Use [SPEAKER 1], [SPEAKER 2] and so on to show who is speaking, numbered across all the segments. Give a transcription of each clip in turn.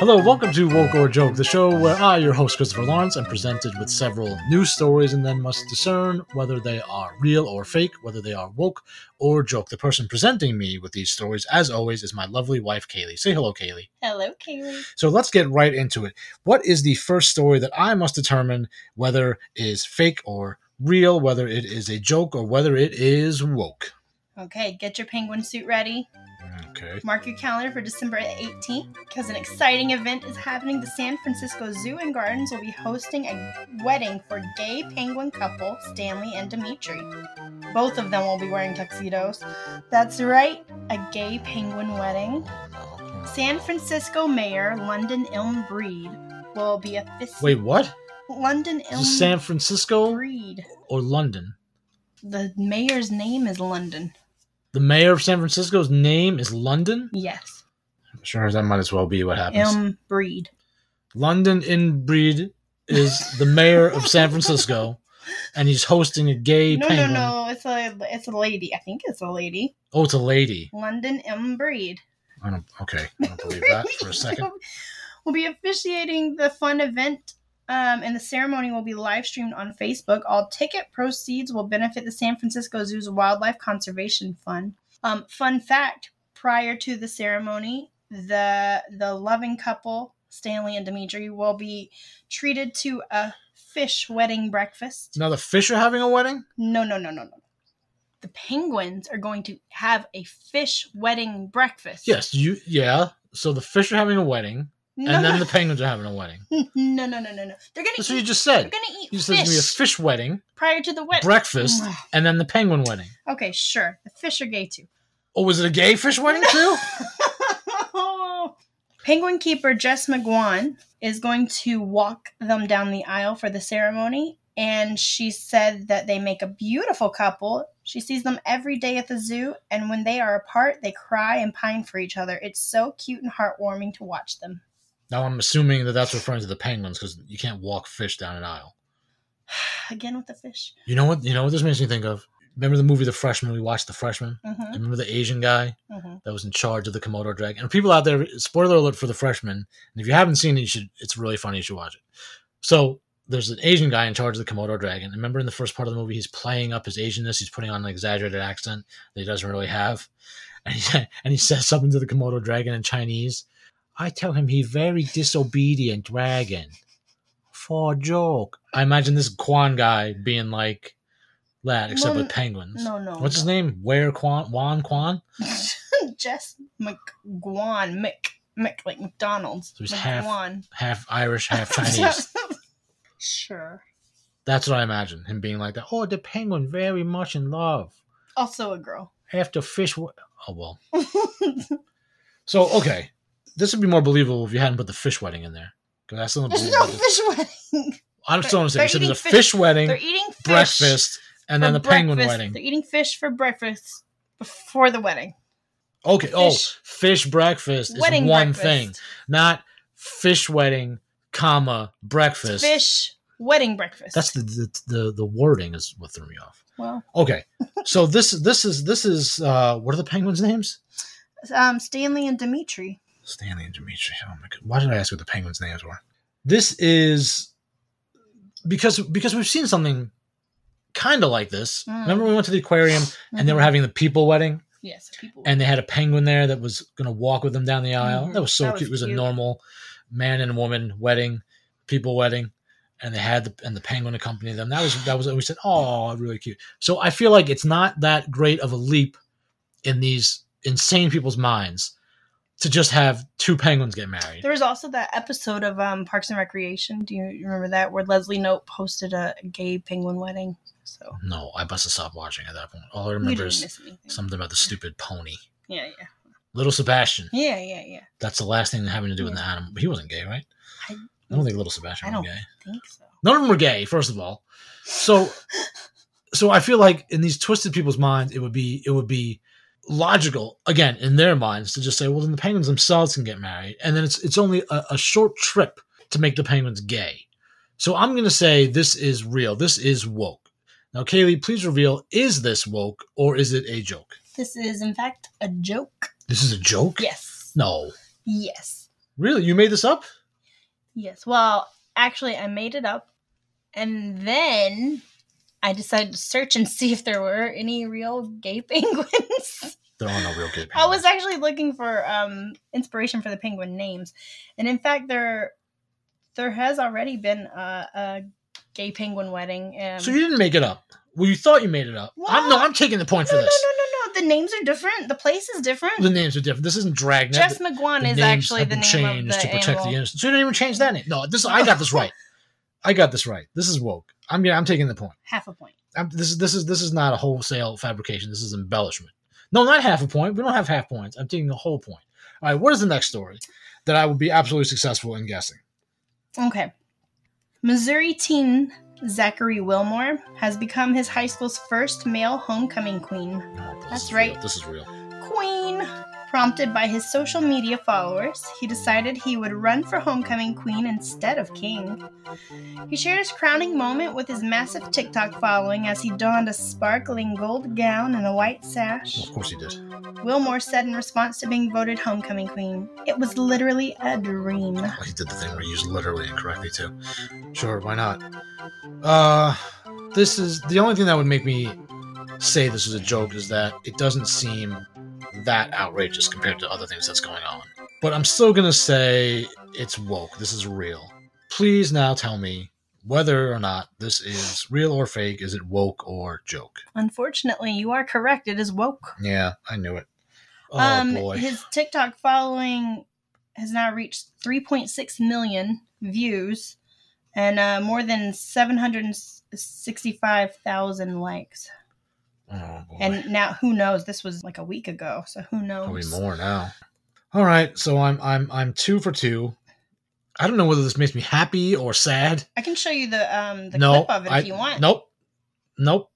[SPEAKER 1] Hello, welcome to Woke or Joke, the show where I, your host Christopher Lawrence, am presented with several news stories and then must discern whether they are real or fake, whether they are woke or joke. The person presenting me with these stories, as always, is my lovely wife Kaylee. Say hello, Kaylee.
[SPEAKER 2] Hello, Kaylee.
[SPEAKER 1] So let's get right into it. What is the first story that I must determine whether is fake or real, whether it is a joke or whether it is woke?
[SPEAKER 2] Okay, get your penguin suit ready.
[SPEAKER 1] Okay.
[SPEAKER 2] Mark your calendar for December 18th because an exciting event is happening. The San Francisco Zoo and Gardens will be hosting a wedding for gay penguin couple Stanley and Dimitri. Both of them will be wearing tuxedos. That's right, a gay penguin wedding. San Francisco Mayor London Elm Breed will be officially.
[SPEAKER 1] Wait, what?
[SPEAKER 2] London
[SPEAKER 1] Is
[SPEAKER 2] Elm
[SPEAKER 1] this San Francisco
[SPEAKER 2] Breed.
[SPEAKER 1] or London?
[SPEAKER 2] The mayor's name is London.
[SPEAKER 1] The mayor of San Francisco's name is London?
[SPEAKER 2] Yes,
[SPEAKER 1] Sure, as that might as well be what happens.
[SPEAKER 2] Elm Breed.
[SPEAKER 1] London inbreed is the mayor of San Francisco, and he's hosting a gay
[SPEAKER 2] No, no,
[SPEAKER 1] penguin.
[SPEAKER 2] no. It's a it's a lady. I think it's a lady.
[SPEAKER 1] Oh, it's a lady.
[SPEAKER 2] London M. Breed.
[SPEAKER 1] I don't. Okay, I don't believe that for a second.
[SPEAKER 2] will be officiating the fun event, um, and the ceremony will be live streamed on Facebook. All ticket proceeds will benefit the San Francisco Zoo's Wildlife Conservation Fund. Um, fun fact: Prior to the ceremony, the the loving couple Stanley and Dimitri will be treated to a fish wedding breakfast.
[SPEAKER 1] Now the fish are having a wedding.
[SPEAKER 2] No, no, no, no, no. The penguins are going to have a fish wedding breakfast.
[SPEAKER 1] Yes, you. Yeah. So the fish are having a wedding,
[SPEAKER 2] No,
[SPEAKER 1] and then the penguins are having a wedding.
[SPEAKER 2] no, no, no, no, no. They're gonna.
[SPEAKER 1] That's what you
[SPEAKER 2] eat-
[SPEAKER 1] just
[SPEAKER 2] They're
[SPEAKER 1] said.
[SPEAKER 2] gonna eat
[SPEAKER 1] You said
[SPEAKER 2] fish
[SPEAKER 1] it's gonna be a fish wedding,
[SPEAKER 2] prior to the wedding.
[SPEAKER 1] breakfast, and then the penguin wedding.
[SPEAKER 2] okay, sure. The fish are gay too.
[SPEAKER 1] Oh, was it a gay fish wedding too?
[SPEAKER 2] Penguin keeper Jess McGuan is going to walk them down the aisle for the ceremony, and she said that they make a beautiful couple. She sees them every day at the zoo, and when they are apart, they cry and pine for each other. It's so cute and heartwarming to watch them.
[SPEAKER 1] Now I'm assuming that that's referring to the penguins because you can't walk fish down an aisle.
[SPEAKER 2] Again with the fish.
[SPEAKER 1] You know what? You know what this makes me think of. Remember the movie The Freshman? We watched The Freshman.
[SPEAKER 2] Mm-hmm,
[SPEAKER 1] Remember the Asian guy
[SPEAKER 2] mm-hmm.
[SPEAKER 1] that was in charge of the Komodo dragon? And people out there, spoiler alert for The Freshman. And if you haven't seen it, you should. It's really funny. You should watch it. So there's an Asian guy in charge of the Komodo dragon. Remember in the first part of the movie, he's playing up his Asianness. He's putting on an exaggerated accent that he doesn't really have, and he, and he says something to the Komodo dragon in Chinese. I tell him he's very disobedient dragon. For a joke, I imagine this Quan guy being like that, except
[SPEAKER 2] No,
[SPEAKER 1] with penguins.
[SPEAKER 2] No, no.
[SPEAKER 1] What's his
[SPEAKER 2] no.
[SPEAKER 1] name? Where Quan? Juan Quan?
[SPEAKER 2] Jess McGuan. Mc, Mc like McDonald's.
[SPEAKER 1] So he's half-
[SPEAKER 2] McGuan.
[SPEAKER 1] Half Irish, half Chinese.
[SPEAKER 2] sure.
[SPEAKER 1] That's what I imagine him being like that. Oh, the penguin very much in love.
[SPEAKER 2] Also a girl.
[SPEAKER 1] After fish. W- oh well. So okay, this would be more believable if you hadn't put the fish wedding in there. Because I still don't
[SPEAKER 2] There's
[SPEAKER 1] believe.
[SPEAKER 2] no
[SPEAKER 1] that-
[SPEAKER 2] fish wedding.
[SPEAKER 1] I'm still
[SPEAKER 2] They're
[SPEAKER 1] understanding. You said there's a
[SPEAKER 2] eating
[SPEAKER 1] fish wedding,
[SPEAKER 2] They're eating fish.
[SPEAKER 1] breakfast, and then
[SPEAKER 2] for
[SPEAKER 1] the penguin
[SPEAKER 2] breakfast.
[SPEAKER 1] wedding.
[SPEAKER 2] They're eating fish for breakfast before the wedding.
[SPEAKER 1] Okay. Oh,
[SPEAKER 2] Fish.
[SPEAKER 1] fish breakfast is
[SPEAKER 2] wedding
[SPEAKER 1] one
[SPEAKER 2] breakfast.
[SPEAKER 1] thing, not fish wedding, comma breakfast.
[SPEAKER 2] Fish wedding breakfast.
[SPEAKER 1] That's the, the the the wording is what threw me off.
[SPEAKER 2] well,
[SPEAKER 1] Okay, so this this is this is uh what are the penguins' names?
[SPEAKER 2] um, Stanley and Dimitri.
[SPEAKER 1] Stanley and Dimitri. Oh my god, why did I ask what the penguins' names were? This is because because we've seen something kind of like this.
[SPEAKER 2] Mm.
[SPEAKER 1] Remember when we went to the aquarium and they were having the people wedding
[SPEAKER 2] yes, people.
[SPEAKER 1] and they had a penguin there that was going to walk with them down the aisle.
[SPEAKER 2] Mhm.
[SPEAKER 1] That was so
[SPEAKER 2] That was
[SPEAKER 1] cute. It was a
[SPEAKER 2] cute.
[SPEAKER 1] normal man and woman wedding, people wedding, and they had the and the penguin accompany them. That was that was we said, oh, really cute. So I feel like it's not that great of a leap in these insane people's minds to just have two penguins get married.
[SPEAKER 2] there was also that episode of um, Parks and Recreation. Do you remember that where Leslie Nope hosted a gay penguin wedding? So
[SPEAKER 1] No, I must have stopped watching at that point. All I
[SPEAKER 2] you
[SPEAKER 1] remember
[SPEAKER 2] didn't
[SPEAKER 1] is
[SPEAKER 2] miss anything.
[SPEAKER 1] something about the stupid pony,
[SPEAKER 2] yeah, yeah,
[SPEAKER 1] little Sebastian.
[SPEAKER 2] yeah, yeah, yeah.
[SPEAKER 1] That's the last thing having to do with
[SPEAKER 2] Yeah.
[SPEAKER 1] the animal. He wasn't gay, right?
[SPEAKER 2] I-
[SPEAKER 1] I don't think little Sebastian
[SPEAKER 2] I
[SPEAKER 1] was
[SPEAKER 2] don't
[SPEAKER 1] gay.
[SPEAKER 2] I think so.
[SPEAKER 1] None of them were gay, first of all. So, so I feel like in these twisted people's minds, it would be it would be logical again in their minds to just say, well, then the penguins themselves can get married, and then it's it's only a, a short trip to make the penguins gay. So I'm gonna say this is real. This is woke. Now, Kaylee, please reveal: is this woke or is it a joke?
[SPEAKER 2] This is, in fact, a joke.
[SPEAKER 1] This is a joke.
[SPEAKER 2] Yes.
[SPEAKER 1] No,
[SPEAKER 2] Yes.
[SPEAKER 1] really, you made this up?
[SPEAKER 2] Yes. Well, actually, I made it up. And then I decided to search and see if there were any real gay penguins.
[SPEAKER 1] There are no real gay penguins.
[SPEAKER 2] I was actually looking for um, inspiration for the penguin names, and in fact, there there has already been a, a gay penguin wedding. Um,
[SPEAKER 1] so you didn't make it up. Well, you thought you made it up. I'm, no,
[SPEAKER 2] What?
[SPEAKER 1] I'm taking the point
[SPEAKER 2] no,
[SPEAKER 1] for
[SPEAKER 2] no, no,
[SPEAKER 1] this.
[SPEAKER 2] no, no. The names are different. The place is different.
[SPEAKER 1] The names are different. This isn't Dragnet.
[SPEAKER 2] Jeff
[SPEAKER 1] the
[SPEAKER 2] McGuan
[SPEAKER 1] names
[SPEAKER 2] is actually
[SPEAKER 1] have
[SPEAKER 2] the
[SPEAKER 1] been
[SPEAKER 2] name of the
[SPEAKER 1] changed to protect the
[SPEAKER 2] animal.
[SPEAKER 1] innocent. So you didn't even change that name. No, this I got this right. I got this right. This is woke. I'm yeah, I'm taking the point.
[SPEAKER 2] Half a point.
[SPEAKER 1] I'm, this is this is this is not a wholesale fabrication. This is embellishment. No, not half a point. We don't have half points. I'm taking a whole point. All right. What is the next story that I would be absolutely successful in guessing?
[SPEAKER 2] Okay. Missouri teen Zachary Wilmore has become his high school's first male homecoming queen.
[SPEAKER 1] No, this
[SPEAKER 2] That's
[SPEAKER 1] is real.
[SPEAKER 2] right.
[SPEAKER 1] This is real.
[SPEAKER 2] Queen! Prompted by his social media followers, he decided he would run for homecoming queen instead of king. He shared his crowning moment with his massive TikTok following as he donned a sparkling gold gown and a white sash.
[SPEAKER 1] Well, of course he did.
[SPEAKER 2] Wilmore said in response to being voted homecoming queen, It was literally a dream.
[SPEAKER 1] Well, Oh, he did the thing where he used literally incorrectly too. Sure, why not? Uh, this is the only thing that would make me say this is a joke is that it doesn't seem that outrageous compared to other things that's going on. But I'm still gonna say it's woke. This is real. Please now tell me whether or not this is real or fake. Is it woke or joke?
[SPEAKER 2] Unfortunately, you are correct. It is woke.
[SPEAKER 1] Yeah, I knew it. Oh
[SPEAKER 2] um,
[SPEAKER 1] boy.
[SPEAKER 2] His TikTok following has now reached 3.6 million views and uh, more than 765,000 likes.
[SPEAKER 1] oh boy.
[SPEAKER 2] And now, who knows? This was like a week ago, so who
[SPEAKER 1] Probably
[SPEAKER 2] knows?
[SPEAKER 1] more now. All right, so I'm I'm I'm two for two. I don't know whether this makes me happy or sad.
[SPEAKER 2] I can show you the um, the
[SPEAKER 1] no,
[SPEAKER 2] clip of it
[SPEAKER 1] I-
[SPEAKER 2] if you want.
[SPEAKER 1] Nope, nope.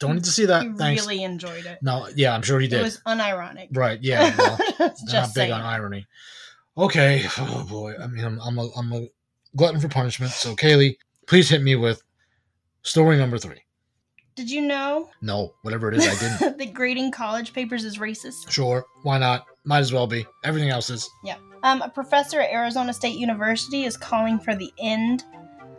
[SPEAKER 1] Don't need to see that.
[SPEAKER 2] he
[SPEAKER 1] Thanks.
[SPEAKER 2] really enjoyed it.
[SPEAKER 1] no, yeah, I'm sure he
[SPEAKER 2] It
[SPEAKER 1] did.
[SPEAKER 2] was unironic.
[SPEAKER 1] right, yeah. Well,
[SPEAKER 2] Just
[SPEAKER 1] I'm not big
[SPEAKER 2] saying.
[SPEAKER 1] on irony. Okay. Oh boy. I mean, I'm I'm a, I'm a glutton for punishment. So Kaylee, please hit me with story number three.
[SPEAKER 2] Did you know
[SPEAKER 1] No, whatever it is, I didn't.
[SPEAKER 2] that grading college papers is racist?
[SPEAKER 1] sure, why not? Might as well be. Everything else is.
[SPEAKER 2] Um, a professor at Arizona State University is calling for the end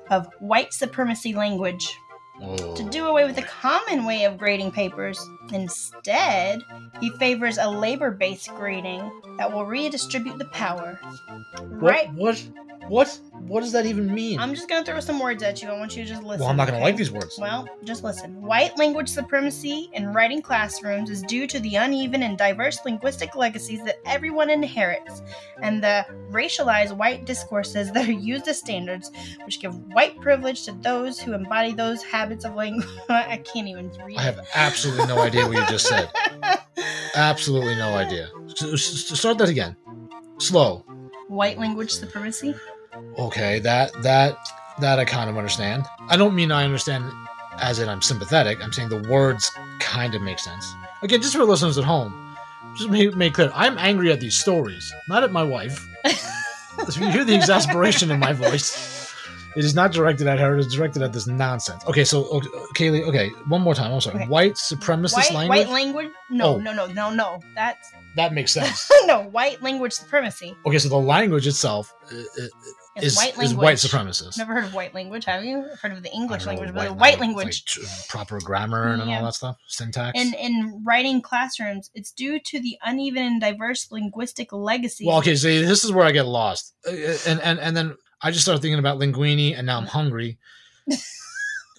[SPEAKER 2] of white supremacy language
[SPEAKER 1] Oh.
[SPEAKER 2] to do away with the common way of grading papers. Instead, he favors a labor based grading that will redistribute the power.
[SPEAKER 1] What-
[SPEAKER 2] Right?
[SPEAKER 1] What? What? What does that even mean?
[SPEAKER 2] I'm just going to throw some words at you. I want you to just listen.
[SPEAKER 1] well, I'm not going to
[SPEAKER 2] okay?
[SPEAKER 1] like these words.
[SPEAKER 2] Well, just listen. White language supremacy in writing classrooms is due to the uneven and diverse linguistic legacies that everyone inherits and the racialized white discourses that are used as standards, which give white privilege to those who embody those habits of language. I can't even read.
[SPEAKER 1] I have absolutely no idea what you just said. Absolutely no idea. S- s- Start that again. Slow.
[SPEAKER 2] White language supremacy?
[SPEAKER 1] Okay, that that that I kind of understand. I don't mean I understand as in I'm sympathetic. I'm saying the words kind of make sense. Again, just for listeners at home, just make, make clear, I'm angry at these stories, not at my wife. if you hear the exasperation in my voice, it is not directed at her. It is directed at this nonsense. Okay, so okay, Kaylee, okay, one more time. I'm sorry.
[SPEAKER 2] Okay.
[SPEAKER 1] White supremacist
[SPEAKER 2] White
[SPEAKER 1] language.
[SPEAKER 2] white language? No,
[SPEAKER 1] Oh.
[SPEAKER 2] no, no, no, no. That's
[SPEAKER 1] that makes sense.
[SPEAKER 2] no white language supremacy.
[SPEAKER 1] Okay, so the language itself uh, uh,
[SPEAKER 2] It's
[SPEAKER 1] is,
[SPEAKER 2] white
[SPEAKER 1] is
[SPEAKER 2] language.
[SPEAKER 1] white supremacist.
[SPEAKER 2] Never heard of white language, have you? Heard of the
[SPEAKER 1] I
[SPEAKER 2] English
[SPEAKER 1] don't know,
[SPEAKER 2] language, but the white
[SPEAKER 1] language,
[SPEAKER 2] language.
[SPEAKER 1] like, tr- proper grammar and,
[SPEAKER 2] Yeah.
[SPEAKER 1] all that stuff, syntax.
[SPEAKER 2] And in writing classrooms, it's due to the uneven and diverse linguistic legacies.
[SPEAKER 1] well, okay, so this is where I get lost, Uh, uh, and and and then I just start thinking about linguini, and now
[SPEAKER 2] Mm-hmm.
[SPEAKER 1] I'm hungry.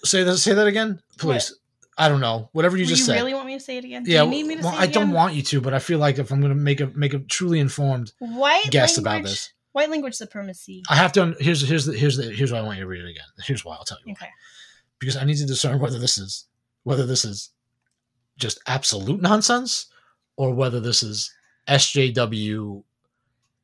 [SPEAKER 1] say that, say that again, please. I don't know. Whatever you
[SPEAKER 2] Do
[SPEAKER 1] just said.
[SPEAKER 2] really want me to say it again?
[SPEAKER 1] yeah,
[SPEAKER 2] Do you need me to
[SPEAKER 1] well,
[SPEAKER 2] say it
[SPEAKER 1] I don't
[SPEAKER 2] again?
[SPEAKER 1] want you to, but I feel like if I'm going to make a make a truly informed
[SPEAKER 2] white
[SPEAKER 1] guess
[SPEAKER 2] language,
[SPEAKER 1] about this,
[SPEAKER 2] White language supremacy.
[SPEAKER 1] I have to. un- Here's here's the, here's the, here's why I want you to read it again. Here's why I'll tell you.
[SPEAKER 2] Okay.
[SPEAKER 1] because I need to discern whether this is whether this is just absolute nonsense or whether this is SJW.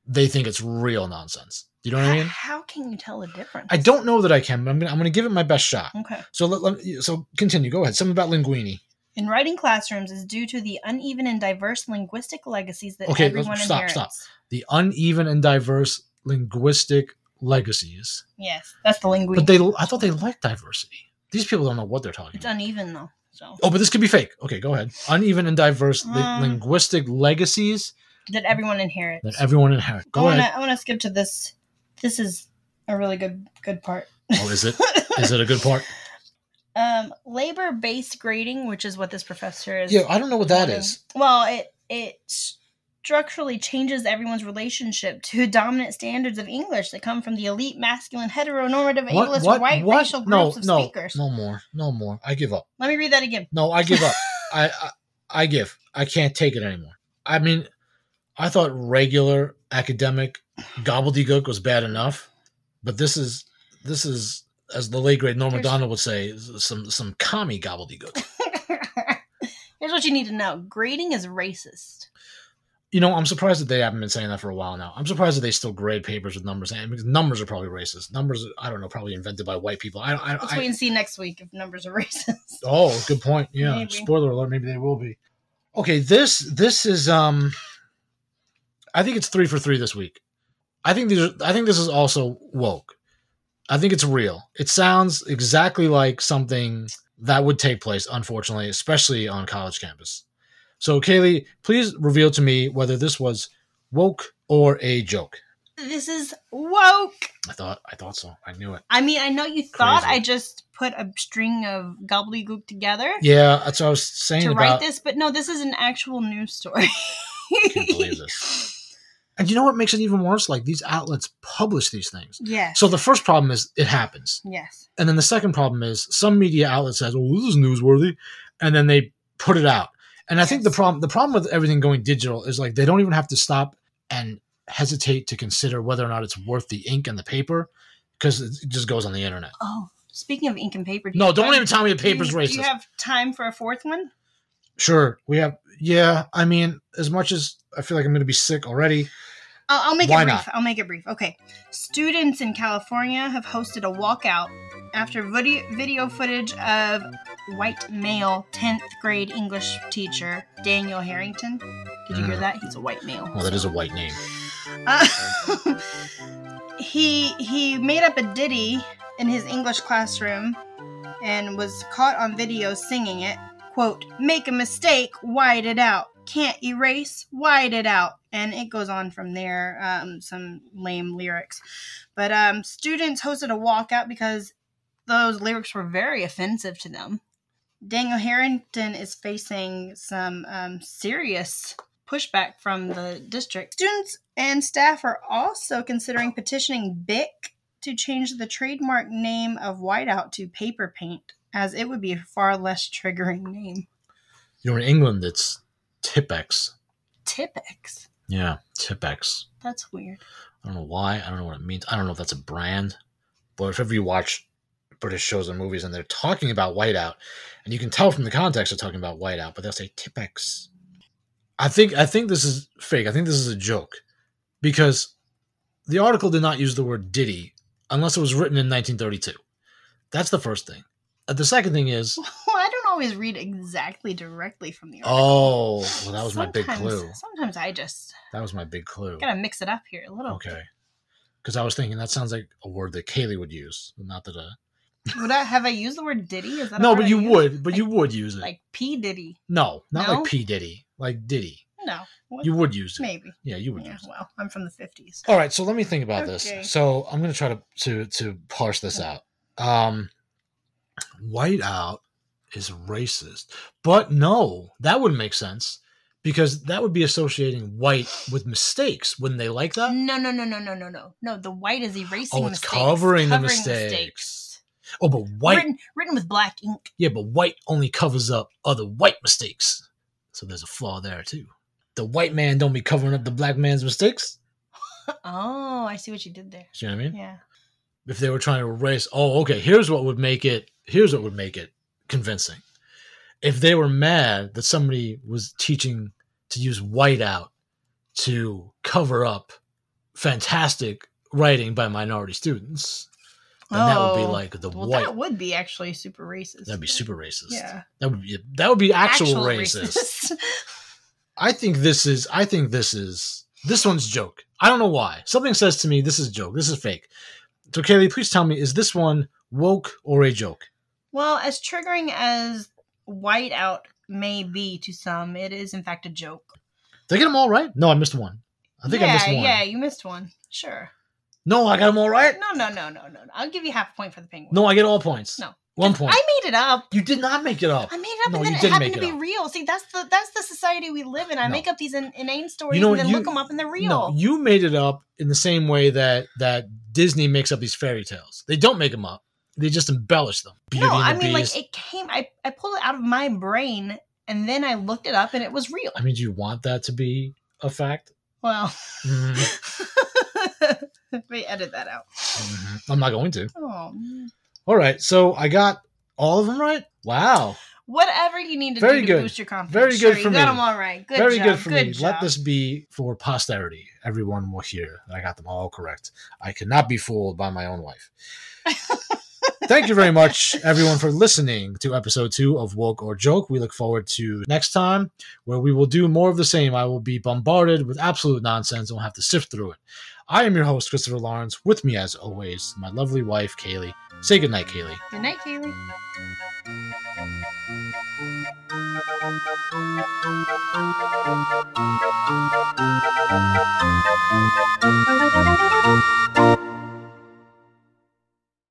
[SPEAKER 1] They think it's real nonsense. You know what I mean?
[SPEAKER 2] How can you tell the difference?
[SPEAKER 1] I don't know that I can, but I'm gonna I'm gonna give it my best shot.
[SPEAKER 2] Okay.
[SPEAKER 1] So let, let me- so continue. Go ahead. Something about linguini.
[SPEAKER 2] In writing classrooms is due to the uneven and diverse linguistic legacies that
[SPEAKER 1] Okay,
[SPEAKER 2] everyone
[SPEAKER 1] stop,
[SPEAKER 2] inherits.
[SPEAKER 1] stop. The uneven and diverse linguistic legacies.
[SPEAKER 2] Yes, that's the linguine.
[SPEAKER 1] But they I thought they liked diversity. These people don't know what they're talking
[SPEAKER 2] it's
[SPEAKER 1] about.
[SPEAKER 2] uneven though. So
[SPEAKER 1] Oh, but this could be fake. Okay, go ahead. Uneven and diverse li-
[SPEAKER 2] Um,
[SPEAKER 1] linguistic legacies
[SPEAKER 2] that everyone inherits.
[SPEAKER 1] that everyone inherits.
[SPEAKER 2] I
[SPEAKER 1] Go
[SPEAKER 2] wanna
[SPEAKER 1] ahead.
[SPEAKER 2] I wanna skip to this. This is a really good good part.
[SPEAKER 1] Oh, is it is it a good part?
[SPEAKER 2] um labor based grading, which is what this professor is
[SPEAKER 1] Yeah, I don't know what that
[SPEAKER 2] calling-
[SPEAKER 1] is.
[SPEAKER 2] Well, it it structurally changes everyone's relationship to dominant standards of English that come from the elite masculine heteronormative ableist or white racial
[SPEAKER 1] No,
[SPEAKER 2] groups of
[SPEAKER 1] no,
[SPEAKER 2] speakers.
[SPEAKER 1] no more, no more. I give up.
[SPEAKER 2] Let me read that again.
[SPEAKER 1] No, I give up. I, I I give. I can't take it anymore. I mean, I thought regular academic gobbledygook was bad enough, but this is this is as the late great Norm
[SPEAKER 2] There's-
[SPEAKER 1] Macdonald would say, some some commie gobbledygook.
[SPEAKER 2] Here's what you need to know. Grading is racist.
[SPEAKER 1] You know, I'm surprised that they haven't been saying that for a while now. I'm surprised that they still grade papers with numbers, and because numbers are probably racist. Numbers, I don't know, probably invented by white people. I, I,
[SPEAKER 2] Let's
[SPEAKER 1] I
[SPEAKER 2] wait and see next week if numbers are racist.
[SPEAKER 1] Oh, good point. Yeah.
[SPEAKER 2] Maybe.
[SPEAKER 1] Spoiler alert, maybe they will be. Okay, this this is um I think it's 3 for 3 this week. I think these are, I think this is also woke. I think it's real. It sounds exactly like something that would take place unfortunately, especially on college campus. So Kaylee, please reveal to me whether this was woke or a joke.
[SPEAKER 2] This is woke.
[SPEAKER 1] I thought I thought so. I knew it.
[SPEAKER 2] I mean, I know you thought
[SPEAKER 1] Crazy.
[SPEAKER 2] I just put a string of gobbledygook together
[SPEAKER 1] Yeah, that's what I was saying
[SPEAKER 2] to write
[SPEAKER 1] about
[SPEAKER 2] this, but no, this is an actual news story.
[SPEAKER 1] can't believe this. And you know what makes it even worse? Like these outlets publish these things.
[SPEAKER 2] Yes.
[SPEAKER 1] So the first problem is it happens.
[SPEAKER 2] yes.
[SPEAKER 1] And then the second problem is some media outlet says, "Oh, this is newsworthy," and then they put it out. And I think the
[SPEAKER 2] Yes.
[SPEAKER 1] problem the problem with everything going digital is like they don't even have to stop and hesitate to consider whether or not it's worth the ink and the paper because it just goes on the internet.
[SPEAKER 2] Oh, speaking of ink and paper. do
[SPEAKER 1] No,
[SPEAKER 2] you
[SPEAKER 1] don't
[SPEAKER 2] have-
[SPEAKER 1] even tell me the paper's
[SPEAKER 2] do you, Do
[SPEAKER 1] racist.
[SPEAKER 2] you have time for a fourth one?
[SPEAKER 1] sure, we have. Yeah, I mean, as much as I feel like I'm going to be sick already,
[SPEAKER 2] I'll, I'll make
[SPEAKER 1] Why
[SPEAKER 2] it brief.
[SPEAKER 1] not?
[SPEAKER 2] I'll make it brief. Okay. Students in California have hosted a walkout after video, video footage of white male 10th grade English teacher Daniel Harrington. Did you hear
[SPEAKER 1] Mm.
[SPEAKER 2] that? He's a white male.
[SPEAKER 1] well, that is a white name.
[SPEAKER 2] Uh, he he made up a ditty in his English classroom and was caught on video singing it. Quote, make a mistake, white it out. Can't erase, white it out. And it goes on from there, um, some lame lyrics. But um, students hosted a walkout because those lyrics were very offensive to them. Daniel Harrington is facing some um, serious pushback from the district. Students and staff are also considering petitioning BIC to change the trademark name of whiteout to paper paint, as it would be a far less triggering name.
[SPEAKER 1] You're in England. It's Tippex.
[SPEAKER 2] Tippex.
[SPEAKER 1] Yeah, Tippex.
[SPEAKER 2] That's weird.
[SPEAKER 1] I don't know why. I don't know what it means. I don't know if that's a brand. But if ever you watch British shows and movies and they're talking about whiteout, and you can tell from the context they're talking about whiteout, but they'll say Tippex. I think I think this is fake. I think this is a joke because the article did not use the word ditty unless it was written in 1932. That's the first thing. Uh, The second thing is,
[SPEAKER 2] Well, I don't always read exactly directly from the article.
[SPEAKER 1] oh, well, that was my big
[SPEAKER 2] Sometimes-
[SPEAKER 1] clue.
[SPEAKER 2] Sometimes I just
[SPEAKER 1] That was my big clue.
[SPEAKER 2] gotta mix it up here a little.
[SPEAKER 1] Okay. Because I was thinking that sounds like a word that Kaylee would use, not that a.
[SPEAKER 2] Would I have I used the word Diddy? Is that a
[SPEAKER 1] No,
[SPEAKER 2] word
[SPEAKER 1] but
[SPEAKER 2] I
[SPEAKER 1] you
[SPEAKER 2] use?
[SPEAKER 1] would, but
[SPEAKER 2] Like-
[SPEAKER 1] you would use it.
[SPEAKER 2] like P Diddy?
[SPEAKER 1] no, not
[SPEAKER 2] No?
[SPEAKER 1] like P Diddy, like Diddy.
[SPEAKER 2] No, What?
[SPEAKER 1] You would use it.
[SPEAKER 2] maybe.
[SPEAKER 1] Yeah, you would
[SPEAKER 2] Yeah,
[SPEAKER 1] use it.
[SPEAKER 2] well, I'm from the fifties.
[SPEAKER 1] All right, so let me think about
[SPEAKER 2] Okay.
[SPEAKER 1] this. So I'm gonna try to to to parse this out. Um, whiteout is racist, but no, that would make sense because that would be associating white with mistakes. Wouldn't they like that?
[SPEAKER 2] No, no, no, no, no, no, no. No, the white is erasing
[SPEAKER 1] Oh, it's
[SPEAKER 2] mistakes.
[SPEAKER 1] covering the
[SPEAKER 2] mistakes.
[SPEAKER 1] Oh, but white
[SPEAKER 2] Written, written with black ink.
[SPEAKER 1] Yeah, but white only covers up other white mistakes. So there's a flaw there too. The white man don't be covering up the black man's mistakes.
[SPEAKER 2] Oh, I see what you did there.
[SPEAKER 1] See what I mean?
[SPEAKER 2] Yeah.
[SPEAKER 1] If they were trying to erase, oh, okay, here's what would make it here's what would make it convincing. If they were mad that somebody was teaching to use white out to cover up fantastic writing by minority students, then that would be
[SPEAKER 2] Oh.
[SPEAKER 1] like the
[SPEAKER 2] Well,
[SPEAKER 1] white.
[SPEAKER 2] that would be actually super racist.
[SPEAKER 1] That'd be super racist.
[SPEAKER 2] Yeah.
[SPEAKER 1] That would be that would be actual,
[SPEAKER 2] Actual
[SPEAKER 1] racist. I think this is I think this is this one's joke. I don't know why. Something says to me this is joke. This is fake. So Kaylee, please tell me is this one woke or a joke?
[SPEAKER 2] well, as triggering as whiteout may be to some, it is in fact a joke.
[SPEAKER 1] Did I get them all right? No, I missed one. I think
[SPEAKER 2] yeah,
[SPEAKER 1] I missed one.
[SPEAKER 2] Yeah, you missed one. Sure.
[SPEAKER 1] No, I got them all right.
[SPEAKER 2] No, no, no, no, no. no. I'll give you half a point for the penguin.
[SPEAKER 1] No, I get all points.
[SPEAKER 2] No.
[SPEAKER 1] One point.
[SPEAKER 2] I made it up.
[SPEAKER 1] you did not make it up.
[SPEAKER 2] I made it up,
[SPEAKER 1] No,
[SPEAKER 2] and then
[SPEAKER 1] you
[SPEAKER 2] it
[SPEAKER 1] didn't
[SPEAKER 2] happened
[SPEAKER 1] make
[SPEAKER 2] to
[SPEAKER 1] it
[SPEAKER 2] be
[SPEAKER 1] up.
[SPEAKER 2] real. See, that's the that's the society we live in. I
[SPEAKER 1] No.
[SPEAKER 2] make up these in, inane stories
[SPEAKER 1] You know
[SPEAKER 2] and
[SPEAKER 1] what,
[SPEAKER 2] then
[SPEAKER 1] you-
[SPEAKER 2] look them up, and they're real.
[SPEAKER 1] No, you made it up in the same way that that Disney makes up these fairy tales. They don't make them up. They just embellish them. Beauty
[SPEAKER 2] no,
[SPEAKER 1] and
[SPEAKER 2] I
[SPEAKER 1] the
[SPEAKER 2] mean
[SPEAKER 1] Beast.
[SPEAKER 2] like it came. I I pulled it out of my brain, and then I looked it up, and it was real.
[SPEAKER 1] I mean, do you want that to be a fact?
[SPEAKER 2] Well,
[SPEAKER 1] Mhm.
[SPEAKER 2] we edit that out.
[SPEAKER 1] Mhm. I'm not going to.
[SPEAKER 2] Oh, man.
[SPEAKER 1] All right, so I got all of them right. Wow,
[SPEAKER 2] whatever you need to
[SPEAKER 1] Very
[SPEAKER 2] do to
[SPEAKER 1] good.
[SPEAKER 2] boost your confidence.
[SPEAKER 1] Very
[SPEAKER 2] sure,
[SPEAKER 1] good for
[SPEAKER 2] you got
[SPEAKER 1] me.
[SPEAKER 2] them all right. Good
[SPEAKER 1] very
[SPEAKER 2] job.
[SPEAKER 1] good for
[SPEAKER 2] good
[SPEAKER 1] me.
[SPEAKER 2] Job.
[SPEAKER 1] Let this be for posterity. Everyone will hear that I got them all correct. I cannot be fooled by my own wife. Thank you very much, everyone, for listening to episode two of Woke or Joke. We look forward to next time, where we will do more of the same. I will be bombarded with absolute nonsense and will have to sift through it. I am your host, Christopher Lawrence. With me, as always, my lovely wife, Kaylee. Say goodnight, Kaylee.
[SPEAKER 2] Good night, Kaylee.